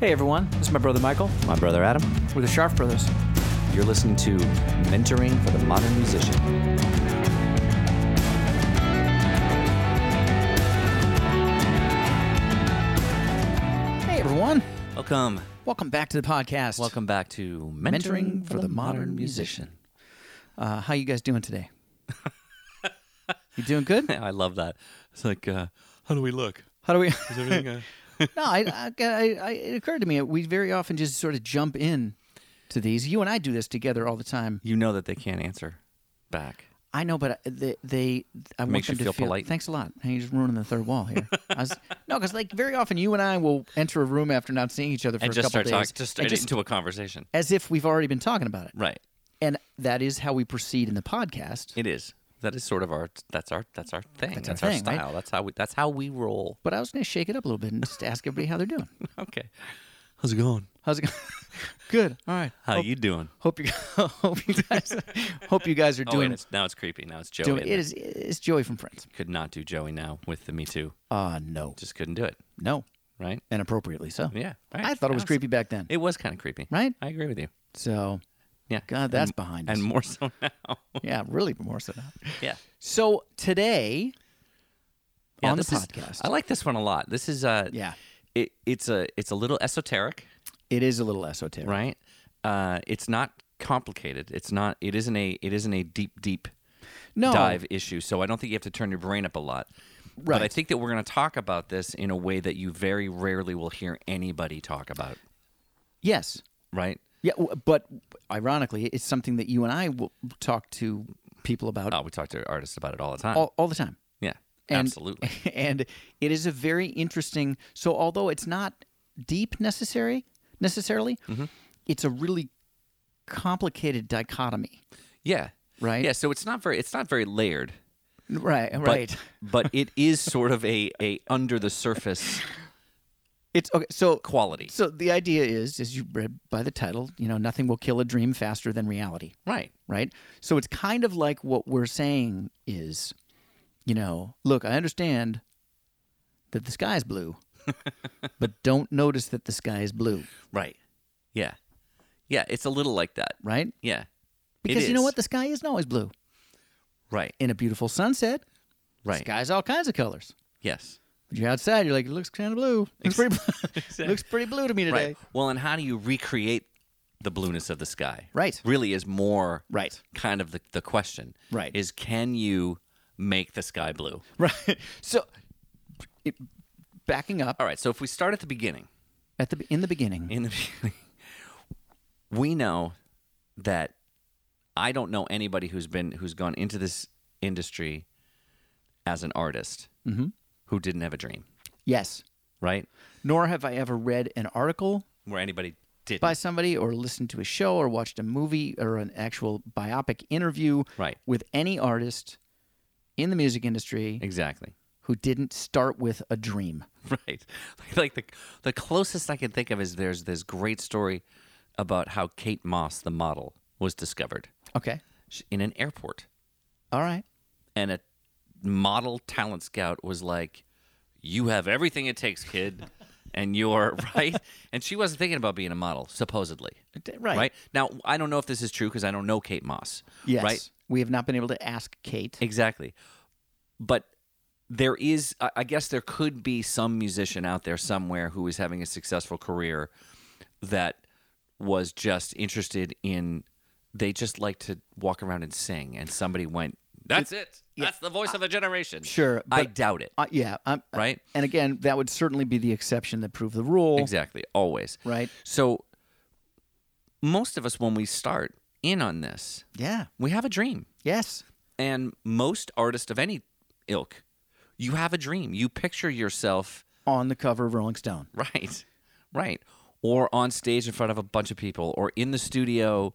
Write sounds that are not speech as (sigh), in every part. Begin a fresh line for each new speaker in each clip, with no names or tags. Hey everyone, this is my brother Michael.
My brother Adam.
We're the Sharp Brothers.
You're listening to Mentoring for the Modern Musician.
Hey everyone,
Welcome.
welcome back to the podcast.
Welcome back to Mentoring, for the, Modern Musician.
Uh, how you guys doing today? (laughs) you doing good?
(laughs) I love that. It's like, uh, how do we look?
How do we?
Is everything uh,
(laughs) no, I, I, I, I, it occurred to me we very often just sort of jump in to these. You and I do this together all the time.
(laughs) you know that they can't answer back.
I know, but uh, they, they I want
Makes
them
you
to
feel polite.
Thanks a lot. Hey, you're just ruining the third wall here. I was, no, because like very often you and I will enter a room after not seeing each other for
And
a
just
couple
start
days,
talking, just
and
straight into a conversation.
as if we've already been talking about it.
Right.
And that is how we proceed in the podcast.
It is. That is sort of our. That's our. That's our thing. That's,
our
our,
thing, right?
style. That's how we. That's how we roll.
But I was going to shake it up a little bit and just ask everybody how they're doing.
(laughs) Okay. How's it going?
How's it going? (laughs) Good. All right.
How you doing?
Hope you hope you (laughs) guys hope you guys are
Oh, wait,
doing
it's, now it's creepy. Now it's Joey.
doing
in
it
there.
is it's Joey from Friends.
Could not do Joey now with the Me Too.
Uh no.
Just couldn't do it.
No.
Right.
And appropriately so.
Yeah. Right.
I thought it was
That's-
creepy back then.
It was kind of creepy.
Right?
I agree with you.
So
Yeah.
God, that's behind us.
And more so (laughs) now.
yeah, really more so now.
yeah.
So today
Yeah,
on the
this is- uh,
podcast.
I like this one a lot. This is uh
yeah.
it, it's a it's a little esoteric,
It is a little esoteric.
right? Uh it's not complicated. It's not it isn't a it isn't a deep deep
No.
dive issue. So I don't think you have to turn your brain up a lot. But I
Right.
think that we're going to talk about this in a way that you very rarely will hear anybody talk about,
Yes.
right?
Yeah, w- but ironically, it's something that you and I will talk to people about
Oh, we talk to artists about it all the time.
all, all the time.
yeah.
And,
absolutely.
(laughs) And it is a very interesting. So although it's not deep necessary necessarily, it's a really complicated dichotomy.
Yeah.
Right.
Yeah, so it's not very it's not very layered.
Right.
but-
Right.
But (laughs) it is sort of a a under the surface
It's okay. So
quality.
so the idea is, as you read by the title, you know, nothing will kill a dream faster than reality.
Right.
right? So it's kind of like what we're saying is, you know, look, I understand that the sky is blue, but don't notice that the sky is blue,
Right. Yeah. Yeah, it's a little like that.
right?
Yeah.
Because you know
is.
what? The sky isn't always blue.
Right.
In a beautiful sunset,
Right.
sky's all kinds of colors.
Yes.
But you're outside, you're like, it looks kind of blue. Looks pretty blue. (laughs) looks pretty blue to me today.
Right. Well, and how do you recreate the blueness of the sky?
Right.
Really is more
Right.
kind of the, the question.
Right.
Is can you make the sky blue?
Right. So it, backing up
All right. So if we start at the beginning,
at the in the beginning.
in the beginning, (laughs) we know that I don't know anybody who's been who's gone into this industry as an artist who didn't have a dream,
Yes.
right?
Nor have I ever read an article
Where anybody did
by somebody or listened to a show or watched a movie or an actual biopic interview
Right.
with any artist in the music industry
Exactly. (laughs)
who didn't start with a dream.
Right. (laughs) Like, like the the closest I can think of is there's this great story about how Kate Moss, the model, was discovered
Okay.
She- in an airport,
All right.
and a model talent scout was like, "You have everything it takes,
(laughs)
kid." And you're (laughs) right. And she wasn't thinking about being a model, supposedly.
D- right.
Now, I don't know if this is true because I don't know Kate Moss.
Yes.
Right.
We have not been able to ask Kate.
Exactly. But there is, I I guess, there could be some musician out there somewhere who is having a successful career that was just interested in, they just like to walk around and sing. And somebody went, That's it. That's the voice of a generation.
Sure,
I
but-
doubt it.
Uh, yeah. I'm,
Right?
and again, that would certainly be the exception that proved the rule.
Exactly. Always.
Right.
So most of us, when we start in on this,
Yeah.
we have a dream.
Yes.
And most artists of any ilk, you have a dream. You picture yourself
On the cover of Rolling Stone.
Right. Right. Or on stage in front of a bunch of people, or in the studio,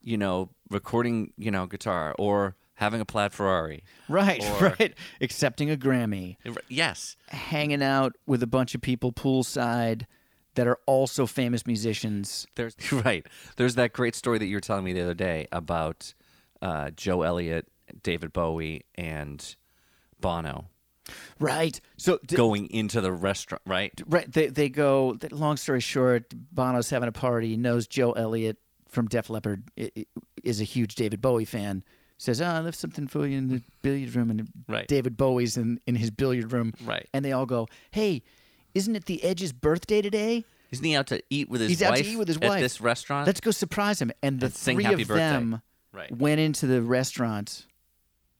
you know, recording, you know, guitar, or having a plaid Ferrari.
Right.
Or-
(laughs) Right. Accepting a Grammy.
Yes.
hanging out with a bunch of people poolside that are also famous musicians.
There's (laughs) right. There's that great story that you were telling me the other day about uh, Joe Elliott, David Bowie, and Bono.
Right. So d-
going into the restaurant, right?
right they they go th- long story short bono's having a party knows joe elliott from def leppard i- i- is a huge david bowie fan says oh there's something for you in the billiard room and
Right.
david bowie's in, in his billiard room
Right.
and they all go hey isn't it the edge's birthday today
Isn't he out to eat with his
He's
wife
out to eat with his
at
wife.
this restaurant?
let's go surprise him and the
And sing
three
happy
of
birthday.
them
right.
went into the restaurant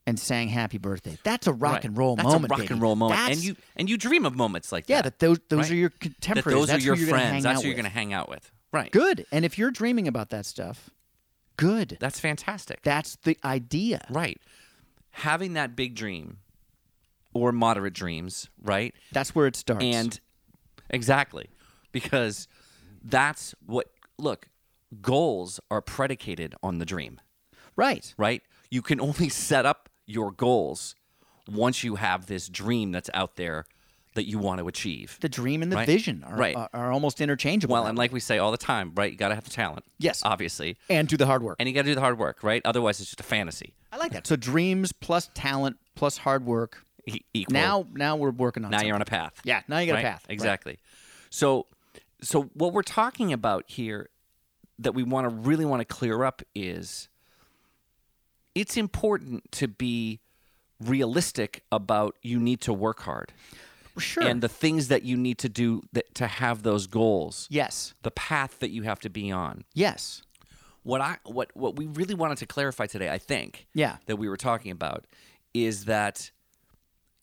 and sang happy birthday that's a rock
Right.
and roll
That's
moment
a rock
baby.
and roll moment,
That's-
and you and you dream of moments like
yeah that
that.
those those
Right.
are your
that
contemporaries
those
that's
are your
who you're gonna hang
friends. That's
out
who you're
with.
going to hang out with. Right.
Good. And if you're dreaming about that stuff, good.
That's fantastic.
That's the idea.
right. Having that big dream or moderate dreams, right?
That's where it starts.
And exactly. Because that's what look, goals are predicated on the dream,
right.
right? You can only (laughs) set up your goals once you have this dream that's out there that you want to achieve.
The dream and the
Right.
vision are,
Right.
are, are almost interchangeable.
Well,
now.
and like we say all the time, right? You got to have the talent.
Yes.
Obviously.
and do the hard work.
And you got to do the hard work, right? Otherwise, it's just a fantasy.
I like that. So dreams plus talent plus hard work.
E- equal.
Now now we're working on
now
something.
you're on a path.
Yeah, now you got
Right?
a path. Right.
Exactly. So so what we're talking about here that we want to really want to clear up is it's important to be realistic about you need to work hard
Sure.
and the things that you need to do that, to have those goals,
yes.
the path that you have to be on.
Yes.
What I what what we really wanted to clarify today, I think,
Yeah.
that we were talking about is that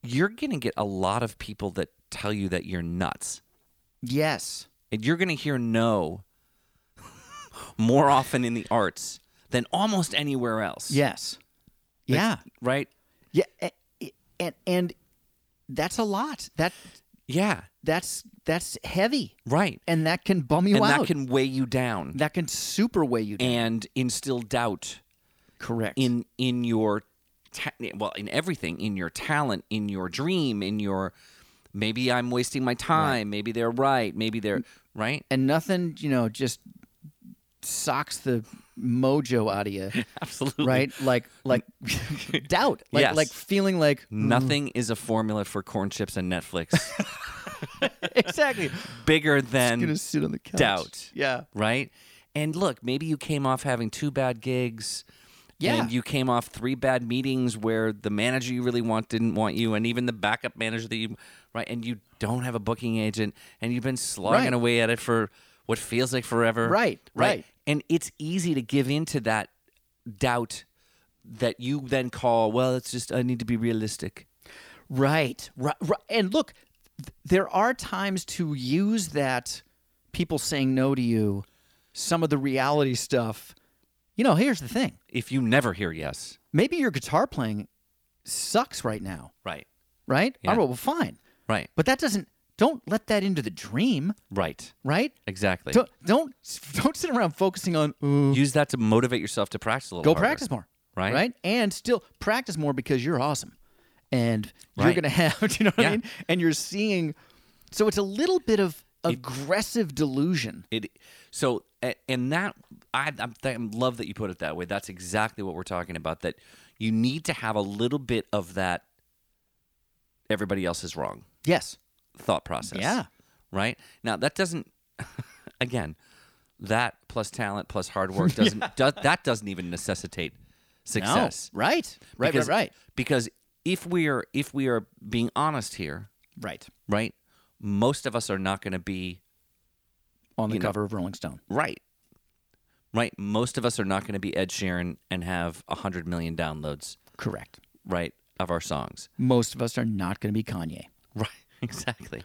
you're going to get a lot of people that tell you that you're nuts.
Yes.
And you're going to hear no (laughs) more often in the arts than almost anywhere else.
Yes. Yeah.
Right?
Yeah. And, and and that's a lot. That
Yeah.
that's that's heavy.
Right.
And that can bum you
and
out.
that can weigh you down
that can super weigh you down.
and instill doubt
Correct.
in in your ta- well in everything in your talent in your dream in your maybe I'm wasting my time maybe they're right maybe they're right
and nothing, you know, just socks the mojo out of you,
(laughs) absolutely
right? Like like
(laughs)
doubt, like
Yes.
like feeling like
Nothing is a formula for corn chips and Netflix
(laughs) exactly
bigger than
gonna sit on the couch.
doubt,
Yeah.
right? And look, maybe you came off having two bad gigs.
Yeah.
And you came off three bad meetings where the manager you really want didn't want you, and even the backup manager that you, right? And you don't have a booking agent, and you've been slogging
Right.
away at it for what feels like forever.
Right, right.
And it's easy to give in to that doubt that you then call, well, it's just, I need to be realistic.
Right. Right. right. And look, th- there are times to use that people saying no to you, some of the reality stuff. You know, here's the thing.
If you never hear yes,
Maybe your guitar playing sucks right now,
right.
right?
Yeah.
All right, well, fine.
Right.
But that doesn't. Don't let that into the dream,
Right.
right?
Exactly.
Don't don't don't sit around focusing on ooh.
Use that to motivate yourself to practice a little.
Go
harder,
practice more,
Right.
Right, and still practice more because you're awesome, and you're
Right.
gonna have. (laughs) Do you know what
Yeah.
I mean? And you're seeing. So it's a little bit of aggressive delusion.
It. So a- and that I I'm, th- I love that you put it that way. That's exactly what we're talking about. That you need to have a little bit of that. Everybody else is wrong.
Yes.
Thought process.
Yeah.
Right now, that doesn't. (laughs) again, that plus talent plus hard
(laughs)
work doesn't. do, that doesn't even necessitate
No.
success.
Right. Right.
Because-
right.
Because if we are if we are being honest here,
Right. Right.
right? Most of us are not going to be
On the
You know.
cover of Rolling Stone.
right. Right? Most of us are not going to be Ed Sheeran and have 100 million downloads,
Correct.
right, of
(laughs)
our songs.
Most of us are not going to be Kanye.
Right. Exactly.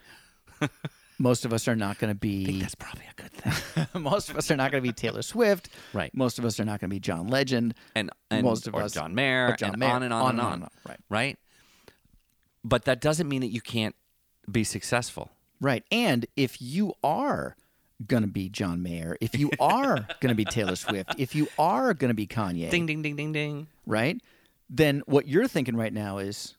Most of us are not going to be.
I think that's probably a good thing.
(laughs) most of us are not going to be Taylor Swift.
Right.
Most of us are not going to be John Legend.
And, and
Most of
or
us
John Mayer,
or John
and
Mayer,
on and on, and on,
Right.
right? But that doesn't mean that you can't be successful.
Right. And if you are going to be John Mayer, if you are
(laughs)
going to be Taylor Swift, if you are going to be Kanye,
Ding, ding, ding, ding, ding.
right? Then what you're thinking right now is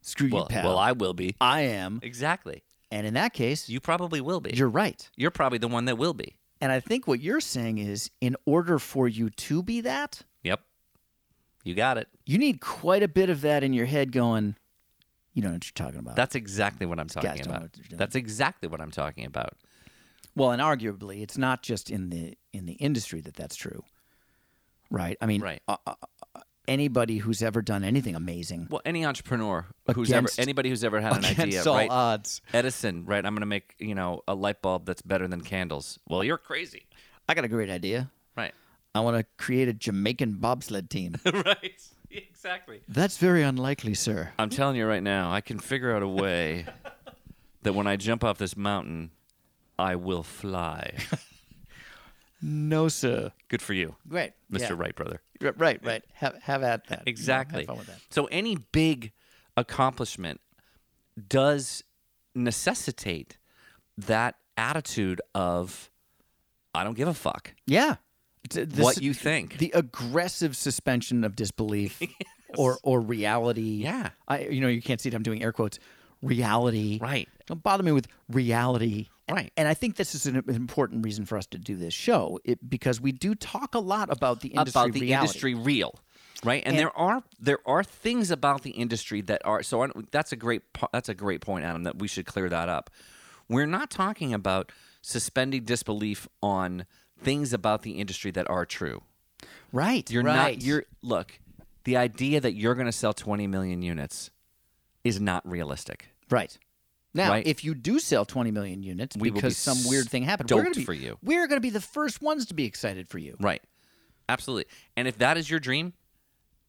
screw you,
Well,
pal.
well, I will be.
I am.
Exactly.
And in that case,
You probably will be.
you're right.
You're probably the one that will be.
And I think what you're saying is in order for you to be that,
Yep. You got it.
you need quite a bit of that in your head going, You know what you're talking about.
That's exactly what I'm talking
Uh, Guys don't know
about.
what they're doing.
That's exactly what I'm talking about.
well, and arguably, it's not just in the in the industry that that's true, right? I mean,
Right.
anybody who's ever done anything amazing
Well, any entrepreneur who's ever
Against-
anybody who's ever had an idea,
against all
right?
odds.
Edison, right? I'm going to make, you know, a light bulb that's better than candles. Well, you're crazy.
I got a great idea.
Right.
I want to create a Jamaican bobsled team.
right. Exactly.
That's very unlikely, sir.
I'm telling you right now, I can figure out a (laughs) way that when I jump off this mountain, I will fly.
No, sir.
(laughs) Good for you,
Great,
Mr.
Yeah.
Wright brother.
R- Right, right. Have have at that. You know, have
Exactly.
fun with that.
So any big accomplishment does necessitate that attitude of I don't give a fuck
Yeah. T- this-
what you think.
the aggressive suspension of disbelief
(laughs)
or or reality.
Yeah.
I you know you can't see it. I'm doing air quotes. Reality.
right.
Don't bother me with reality.
Right.
And I think this is an important reason for us to do this show it, because we do talk a lot about the industry
about the
reality.
industry real. Right? And, there are there are things about the industry that are so I, don't- that's a great po- that's a great point Adam that we should clear that up. We're not talking about suspending disbelief on things about the industry that are true.
Right.
You're
right.
not. You're look. The idea that you're going to sell 20 million units is not realistic.
Right. Now,
Right.
if you do sell 20 million units
We will be
because some weird thing happened, we're
stoked
gonna be,
for you.
We're going to be the first ones to be excited for you.
Right. Absolutely. And if that is your dream,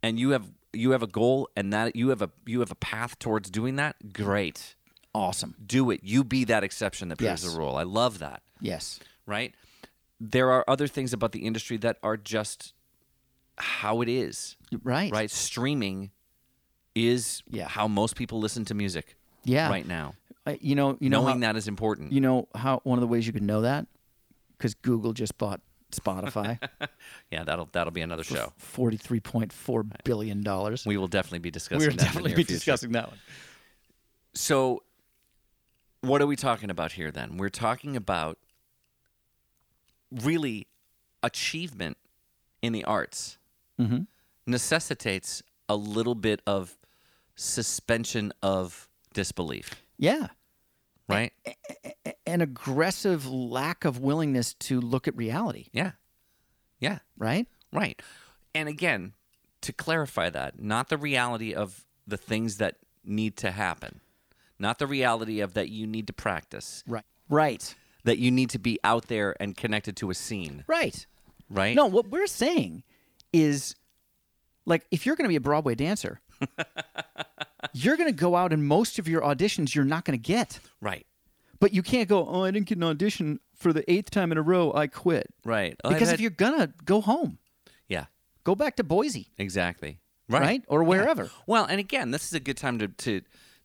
and you have you have a goal, and that you have a you have a path towards doing that, great.
Awesome.
Do it. You be that exception that proves
Yes.
the rule. I love that.
Yes.
Right. There are other things about the industry that are just how it is.
Right.
Right. Streaming is
Yeah.
how most people listen to music
Yeah.
right now.
Uh, you know. You know. How,
Knowing that is important.
you know how one of the ways you can know that because Google just bought
(laughs)
Spotify,
Yeah, that'll that'll be another show.
forty-three point four billion dollars.
Oh. We will definitely be discussing.
We'll
that in the
definitely
near
be
future.
discussing that one.
So, what are we talking about here? Then we're talking about really achievement in the arts
Mhm.
necessitates a little bit of suspension of disbelief,
Yeah.
right?
A- An aggressive lack of willingness to look at reality.
Yeah, yeah.
Right.
Right. And again, to clarify that, not the reality of the things that need to happen, not the reality of that you need to practice,
Right. Right.
that you need to be out there and connected to a scene,
Right.
right?
No, what we're saying is like if you're going to be a Broadway
(laughs)
dancer, you're going to go out and most of your auditions you're not going to get.
Right.
But you can't go, "Oh, I didn't get an audition for the eighth time in a row. I quit."
Right. Oh, I've
Because
had-
if you're going to go home,
Yeah,
go back to Boise,
exactly.
right?
Right.
Or wherever.
Well, and again, this is a good time to to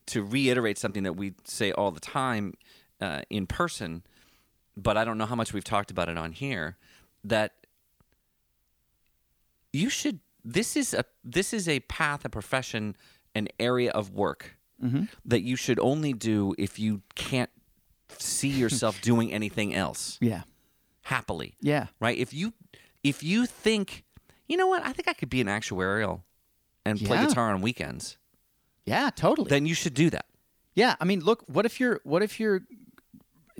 to reiterate something that we say all the time uh, in person, but I don't know how much we've talked about it on here. That you should. This is a this is a path, a profession, an area of work that you should only do if you can't see yourself doing anything else
Yeah.
happily
Yeah.
right? If you if you think, you know what, I think I could be an actuarial and play
Yeah.
guitar on weekends,
Yeah, totally.
then you should do that.
yeah, I mean, look, what if you're what if you're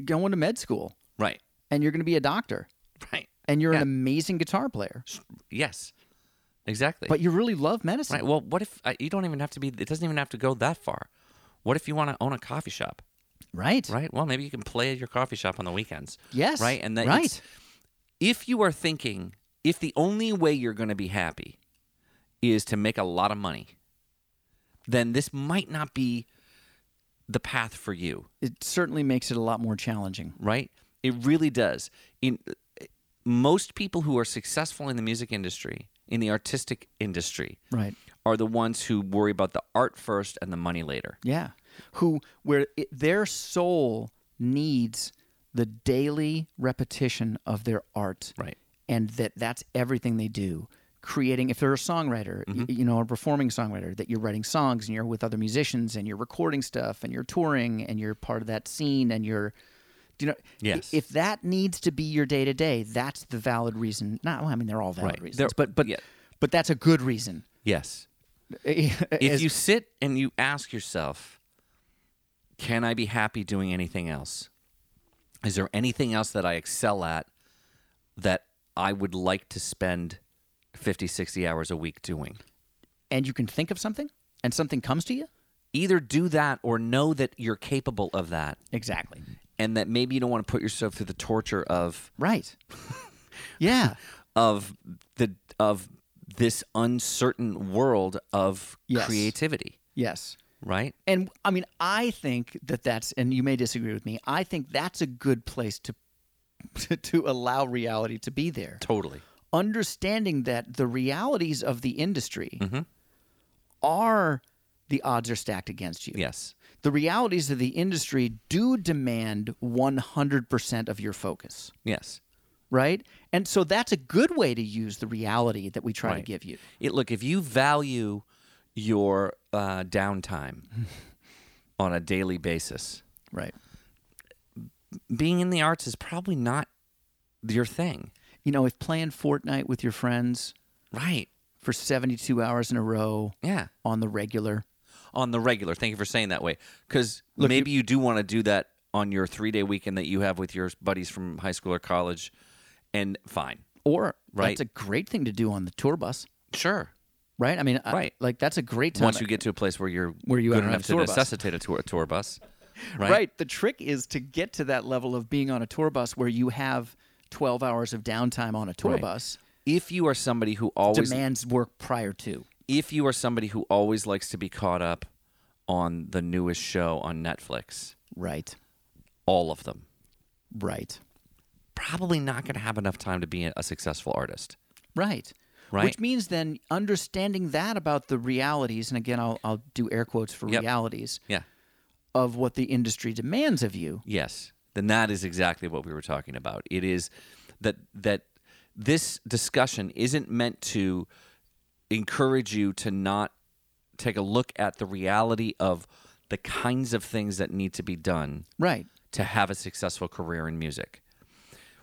going to med school
Right.
and you're going to be a doctor
Right.
and you're
Yeah.
an amazing guitar player,
Yes. Exactly.
but you really love medicine?
right. Well, what if uh, you don't even have to be? It doesn't even have to go that far. What if you want to own a coffee shop?
Right.
Right. Well, maybe you can play at your coffee shop on the weekends.
Yes.
Right. And that
right.
it's- if you are thinking, if the only way you're going to be happy is to make a lot of money, then this might not be the path for you.
it certainly makes it a lot more challenging.
right? It really does. In most people who are successful in the music industry, in the artistic industry,
Right.
are the ones who worry about the art first and the money later.
Yeah. Who where it, their soul needs the daily repetition of their art
Right.
and that that's everything they do. Creating if they're a songwriter,
Mm-hmm.
y- you know, a performing songwriter that you're writing songs and you're with other musicians and you're recording stuff and you're touring and you're part of that scene and you're do you know
Yes.
if that needs to be your day to day, that's the valid reason. Not well, I mean they're all valid
Right.
reasons,
They're-
but but
yeah.
but that's a good reason.
Yes.
(laughs)
If you sit and you ask yourself, can I be happy doing anything else? Is there anything else that I excel at that I would like to spend 50, 60 hours a week doing?
and you can think of something and something comes to you?
Either do that or know that you're capable of that
Exactly.
and that maybe you don't want to put yourself through the torture of (laughs)
Right. yeah.
of the of this uncertain world of
Yes.
creativity,
Yes.
right?
And I mean, I think that that's, and you may disagree with me, I think that's a good place to. (laughs) To, to allow reality to be there.
Totally.
Understanding that the realities of the industry are the odds are stacked against you.
Yes.
The realities of the industry do demand 100% of your focus,
Yes.
right? And so that's a good way to use the reality that we try to
Right.
give you.
It, look, if you value your uh, downtime (laughs) on a daily basis,
Right.
being in the arts is probably not your thing,
You know, if playing Fortnite with your friends
right?
for 72 hours in a row
Yeah.
on the regular,
On the regular. Thank you for saying that way, because maybe you do want to do that on your three-day weekend that you have with your buddies from high school or college, and fine,
or
Right.
that's a great thing to do on the tour bus,
sure.
right? I mean, I-
Right.
like that's a great time.
Once you get to a place where you're
Where you
good
are on
enough
a
to
tour bus.
necessitate a tour, tour bus, right?
right? The trick is to get to that level of being on a tour bus where you have 12 hours of downtime on a tour
Right.
bus
If you are somebody who always
demands work prior to.
if you are somebody who always likes to be caught up on the newest show on Netflix,
Right.
all of them,
Right.
probably not going to have enough time to be a successful artist.
Right.
Right.
Which means then understanding that about the realities, and again, I'll, I'll do air quotes for
Yep.
realities
Yeah.
of what the industry demands of you.
Yes. Then that is exactly what we were talking about. It is that that this discussion isn't meant to encourage you to not take a look at the reality of the kinds of things that need to be done
Right.
to have a successful career in music.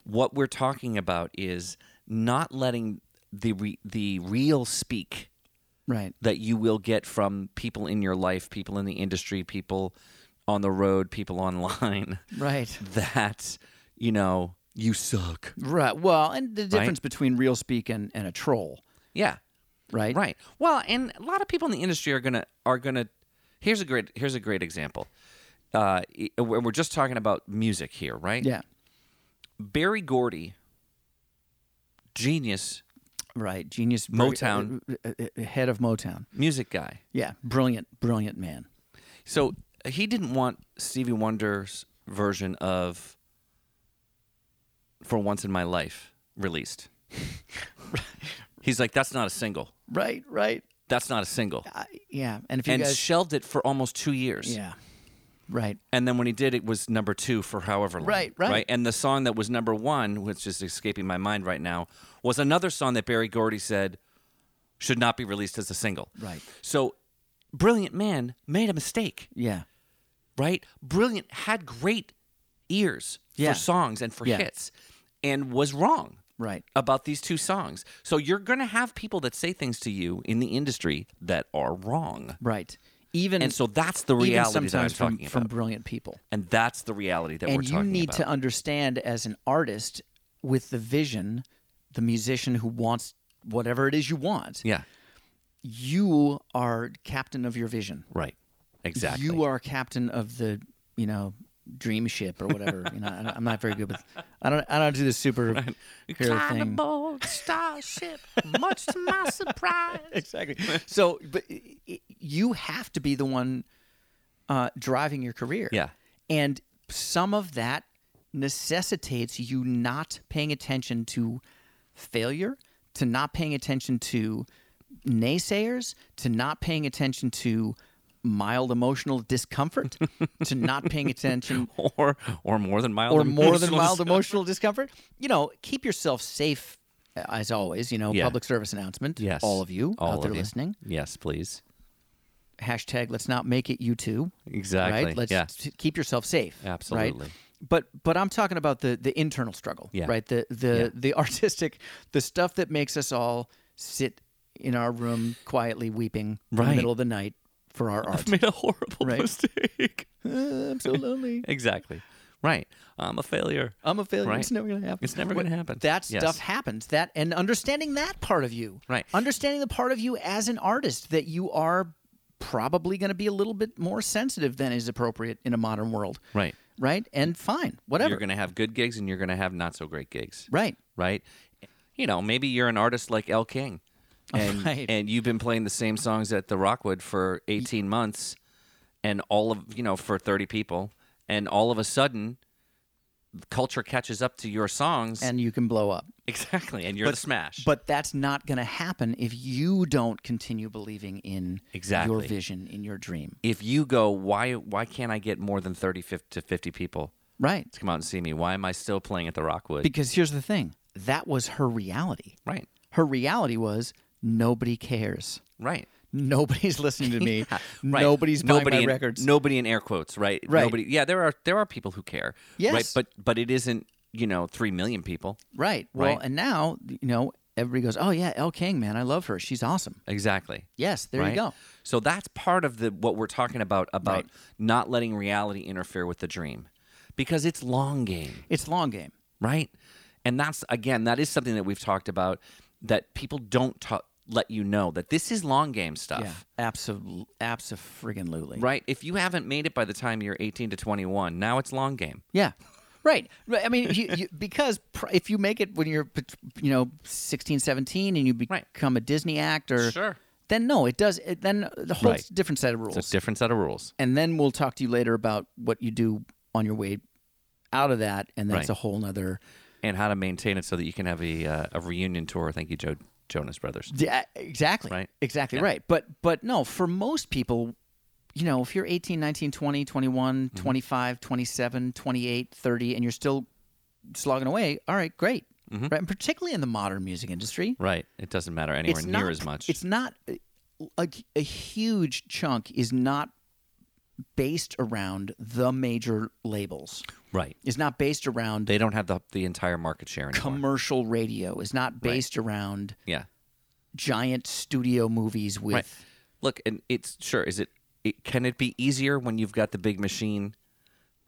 What we're talking about is not letting the re- the real speak
Right.
that you will get from people in your life, people in the industry, people on the road, people (laughs) online
Right.
that you know you suck.
Right. Well, and the difference between real speak and, and a troll,
Yeah.
right?
Right. Well, and a lot of people in the industry are gonna are gonna. Here's a great here's a great example. Uh, i- we're we're just talking about music here, right?
Yeah.
Barry Gordy, genius
Right. Genius.
Motown.
uh, uh, uh, Head of Motown.
music guy.
Yeah. Brilliant, brilliant man.
So he didn't want Stevie Wonder's version of "For Once in My Life" (laughs) released. He's like, "That's not a single.
Right. Right.
That's not a single,"
I, yeah. And if you
and
guys.
shelved it for almost two years.
yeah. Right.
And then when he did, it was number two for however long.
Right, right.
And the song that was number one, which is escaping my mind right now, was another song that Barry Gordy said should not be released as a single.
Right.
So, brilliant man made a mistake,
Yeah.
right? Brilliant had great ears
Yeah.
for songs and for
Yeah.
hits and was wrong
Right.
about these two songs. So, you're going to have people that say things to you in the industry that are wrong.
Right. Even,
And so that's the
even
reality that I'm
sometimes from,
talking
from
about.
brilliant people.
And that's the reality that we're
and
talking
you
about.
need to understand as an artist with the vision, the musician who wants whatever it is you want,
Yeah.
you are captain of your vision.
Right. Exactly.
You are captain of the, you know, dream ship or whatever. you know, I don't- I'm not very good with. I don't. I don't do the
(laughs)
superhero thing.
starship, much to my surprise.
Exactly. So, but i- i- you have to be the one uh, driving your career.
Yeah.
And some of that necessitates you not paying attention to failure, to not paying attention to naysayers, to not paying attention to mild emotional discomfort, to not paying attention
(laughs) Or or more than mild.
or more than
emotional
mild
dis-
emotional discomfort. You know, keep yourself safe uh, as always. You know,
Yeah.
public service announcement.
Yes.
all of you
All
out there
of you.
listening.
Yes, please.
Hashtag Let's not make it you too.
Exactly.
Right. Let's
yeah.
t- keep yourself safe. right?
Absolutely.
But but I'm talking about the the internal struggle.
Yeah.
(laughs) Right. The the the artistic, the stuff that makes us all sit in our room quietly weeping in
Right.
the middle of the night for
(laughs)
our art.
I've made a horrible
Right.
mistake. (laughs)
Uh, I'm so lonely.
exactly. Right. I'm a failure.
I'm a failure.
Right.
It's never gonna happen.
It's never going to happen.
That
Yes.
stuff happens. That and understanding that part of you.
Right.
Understanding the part of you as an artist that you are probably going to be a little bit more sensitive than is appropriate in a modern world.
Right.
Right? And fine. Whatever.
You're going to have good gigs and you're going to have not so great gigs.
right.
Right. You know, maybe you're an artist like
(laughs)
El King, and
Right.
and you've been playing the same songs at the Rockwood for 18 months, and all of you know for 30 people, and all of a sudden, culture catches up to your songs.
And you can blow up.
exactly, and you're the smash.
But that's not going to happen if you don't continue believing in your
Exactly.
vision, in your dream.
if you go, why why can't I get more than 30 fif- to 50 people
Right.
to come out and see me? Why am I still playing at the Rockwood?
Because here's the thing that was her reality.
right.
Her reality was nobody cares.
Right.
Nobody's listening to
(laughs)
me.
Right.
Nobody's buying
Nobody
my
in,
records.
Nobody in air quotes, right?
Right.
Nobody. Yeah, there are there are people who care. Right.
Yes.
But but it isn't you know three million people.
Right. Well,
Right.
and now, you know, everybody goes, oh, yeah, Elle King, man, I love her. She's awesome.
Exactly.
Yes, there
right?
you go.
So that's part of the what we're talking about about
Right.
not letting reality interfere with the dream, because it's long game,
It's long game.
right? And that's again that is something that we've talked about that people don't ta- let you know that this is long game stuff.
Yeah. Absolutely. Absolutely.
Right. If you haven't made it by the time you're 18 to 21, now it's long game.
Yeah. Right. Right. I mean, you, you, because pr- if you make it when you're, bet- you know, 16, 17 and you
Right.
become a Disney actor,
Sure.
then no, it does. It, then the whole
Right.
different set of rules.
It's a different set of rules.
and then we'll talk to you later about what you do on your way out of that. And that's
Right.
a whole nother.
and how to maintain it so that you can have a uh, a reunion tour. Thank you, Joe Jonas Brothers.
Yeah, uh, exactly.
Right?
Exactly
Yeah.
right. But but no, for most people, you know, if you're 18, 19, 20, 21,
Mm-hmm.
25, 27, 28, 30 and you're still slogging away, all right, great. Right? And particularly in the modern music industry,
Mm-hmm. Right. It doesn't matter anywhere
it's
near
not,
as much.
It's not uh, a, a huge chunk is not based around the major labels.
right.
Is not based around
They don't have the the entire market share anymore.
commercial radio. Is not based around
yeah.
giant studio movies with
Right. Look, and it's sure. Is it, it? Can it be easier when you've got the big machine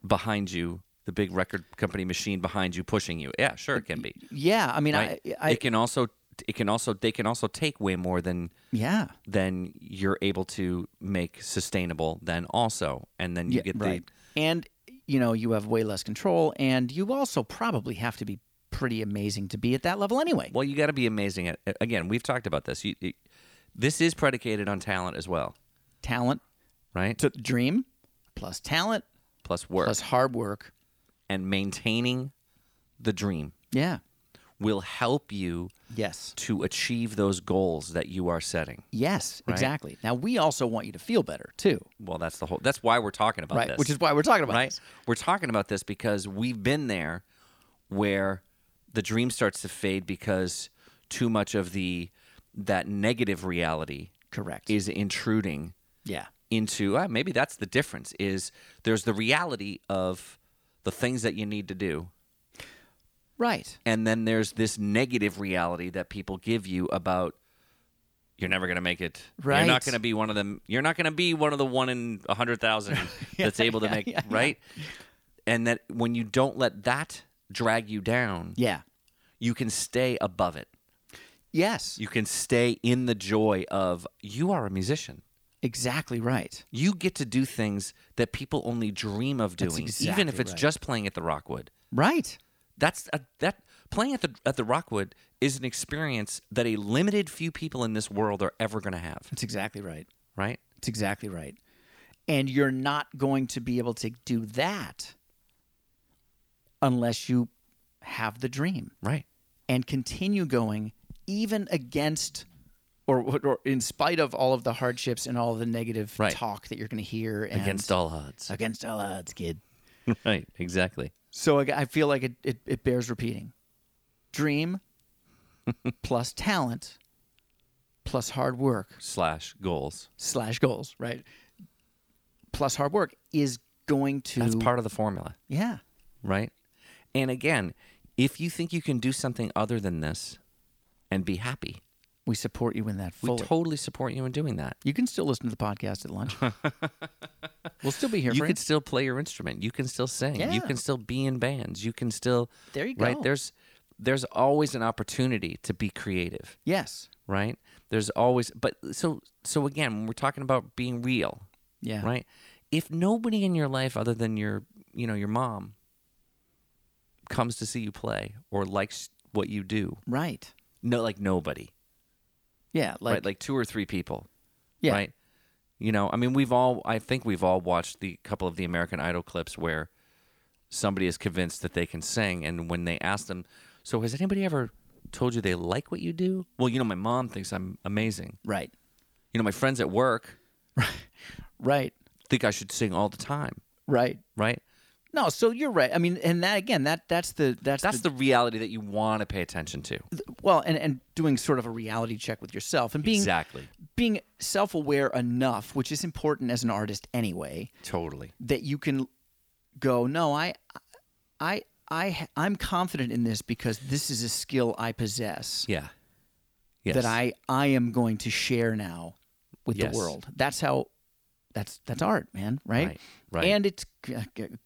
behind you, the big record company machine behind you pushing you? Yeah, sure, it can be.
Yeah, I mean,
Right?
I, I
it can also. It can also. They can also take way more than
yeah,
than you're able to make sustainable. Then also, and then you
yeah,
get
right. And you know, you have way less control, and you also probably have to be pretty amazing to be at that level anyway.
Well, you got to be amazing at. Again, we've talked about this. You, you, this is predicated on talent as well,
Talent
right?
to dream, plus talent,
Plus work
plus hard work.
and maintaining the dream
Yeah.
will help you
Yes.
to achieve those goals that you are setting.
Yes. Exactly. Now we also want you to feel better too,
Well, that's the whole. That's why we're talking about
right?
this,
Which is why we're talking about
right.
this.
We're talking about this because we've been there, where the dream starts to fade because too much of the that negative reality
Correct.
is intruding
yeah.
into ah, maybe that's the difference is there's the reality of the things that you need to do
Right.
and then there's this negative reality that people give you about you're never going to make it you're not
Right.
going to be one of them you're not going to be one of the one in a 100,000 that's able to make right and that when you don't let that drag you down
Yeah.
you can stay above it
Yes.
you can stay in the joy of you are a musician
exactly right.
you get to do things that people only dream of doing, even
exactly
if it's
right.
just playing at the Rockwood.
Right.
That's a, that playing at the at the Rockwood is an experience that a limited few people in this world are ever going to have,
That's exactly right.
right?
That's exactly right. And you're not going to be able to do that unless you have the dream
Right.
and continue going even against or, or in spite of all of the hardships and all of the negative
Right.
talk that you're going to hear and
Against all
(laughs)
odds.
against all odds, kid.
right. Exactly.
So I, I feel like it, it, it bears repeating.
(laughs)
Dream plus talent plus hard work
Slash goals.
slash goals, right? Plus hard work is going to
That's part of the formula,
yeah
right? And again, if you think you can do something other than this and be happy,
We support you in that
We
fully.
totally support you in doing that.
you can still listen to the podcast at
(laughs)
lunch. we'll still be here
You
for
can
it.
still play your instrument. You can still sing. You
Yeah.
can still be in bands. You can still
There you
right
go.
there's there's always an opportunity to be creative,
Yes.
right? There's always but so so again, when we're talking about being real,
Yeah.
right? If nobody in your life other than your, you know, your mom comes to see you play or likes what you do,
Right.
no like nobody,
Yeah. Like,
right? Like two or three people,
Yeah.
right? You know, I mean, we've all, I think we've all watched the couple of the American Idol clips where somebody is convinced that they can sing, and when they ask them, "So has anybody ever told you they like what you do?" Well, you know, my mom thinks I'm amazing.
right.
You know, my friends at work
Right.
think I should sing all the time,
Right.
right?
No, so you're right. I mean, and that again, that that's the that's,
That's
the,
the reality that you want to pay attention to.
well, and and doing sort of a reality check with yourself and being
Exactly.
being self-aware enough, which is important as an artist anyway,
Totally.
that you can go, no, I, I, I, I'm confident in this because this is a skill I possess
Yeah. Yes.
that I I am going to share now with
Yes.
the world. That's how. That's that's art, man. Right.
Right, right.
And it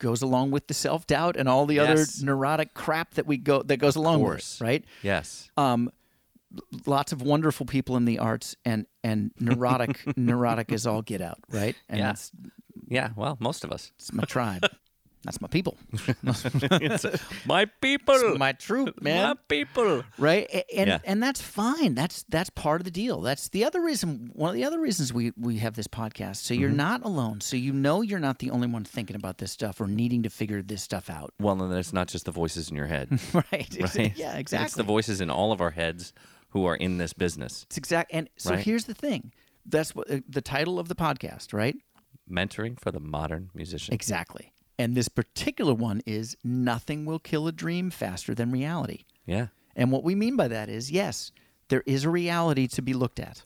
goes along with the self doubt and all the
Yes.
other neurotic crap that we go that goes along with,
course.
it, right?
Yes.
um, lots of wonderful people in the arts and and neurotic (laughs) neurotic is all get out right and
Yeah.
that's,
Yeah. Well, most of
(laughs)
us. (laughs)
that's my tribe that's my people
It's, my people.
my troop
My
man
people.
right A- and
Yeah.
and that's fine that's that's part of the deal that's the other reason one of the other reasons we we have this podcast so
Mm-hmm.
you're not alone so you know you're not the only one thinking about this stuff or needing to figure this stuff out (laughs)
Well, and it's not just the voices in your head.
right,
right?
(laughs) yeah exactly
It's the voices in all of our heads who are in this business,
it's exact and so
Right.
here's the thing that's what uh, the title of the podcast right
mentoring for the modern musician.
Exactly. And this particular one is nothing will kill a dream faster than reality.
yeah.
And what we mean by that is yes, there is a reality to be looked at.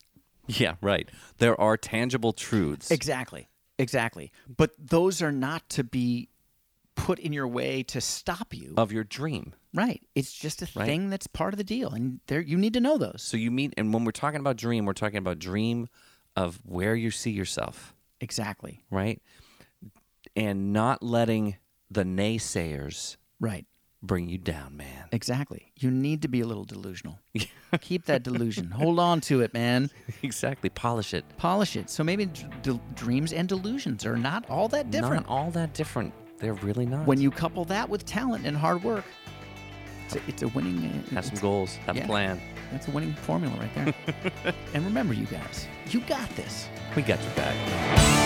Yeah, right. There are tangible truths.
Exactly. Exactly. But those are not to be put in your way to stop you.
of your dream.
right. It's just a thing that's part of the deal and there you need to know those.
So you meet and when we're talking about dream, we're talking about dream of where you see yourself.
Exactly.
right? And not letting the naysayers
Right.
bring you
(laughs)
down, man.
Exactly. You need to be a little (laughs) delusional. Keep that delusion. Hold on to it, man.
Exactly. Polish it.
Polish it. So maybe d- d- dreams and delusions are not all that different.
Not all that different. They're really not.
when you couple that with talent and hard work, it's a, it's a winning. uh,
have some goals, have a
Yeah.
plan.
That's a winning (laughs) formula right there. and remember, you guys, you got this.
We got your back.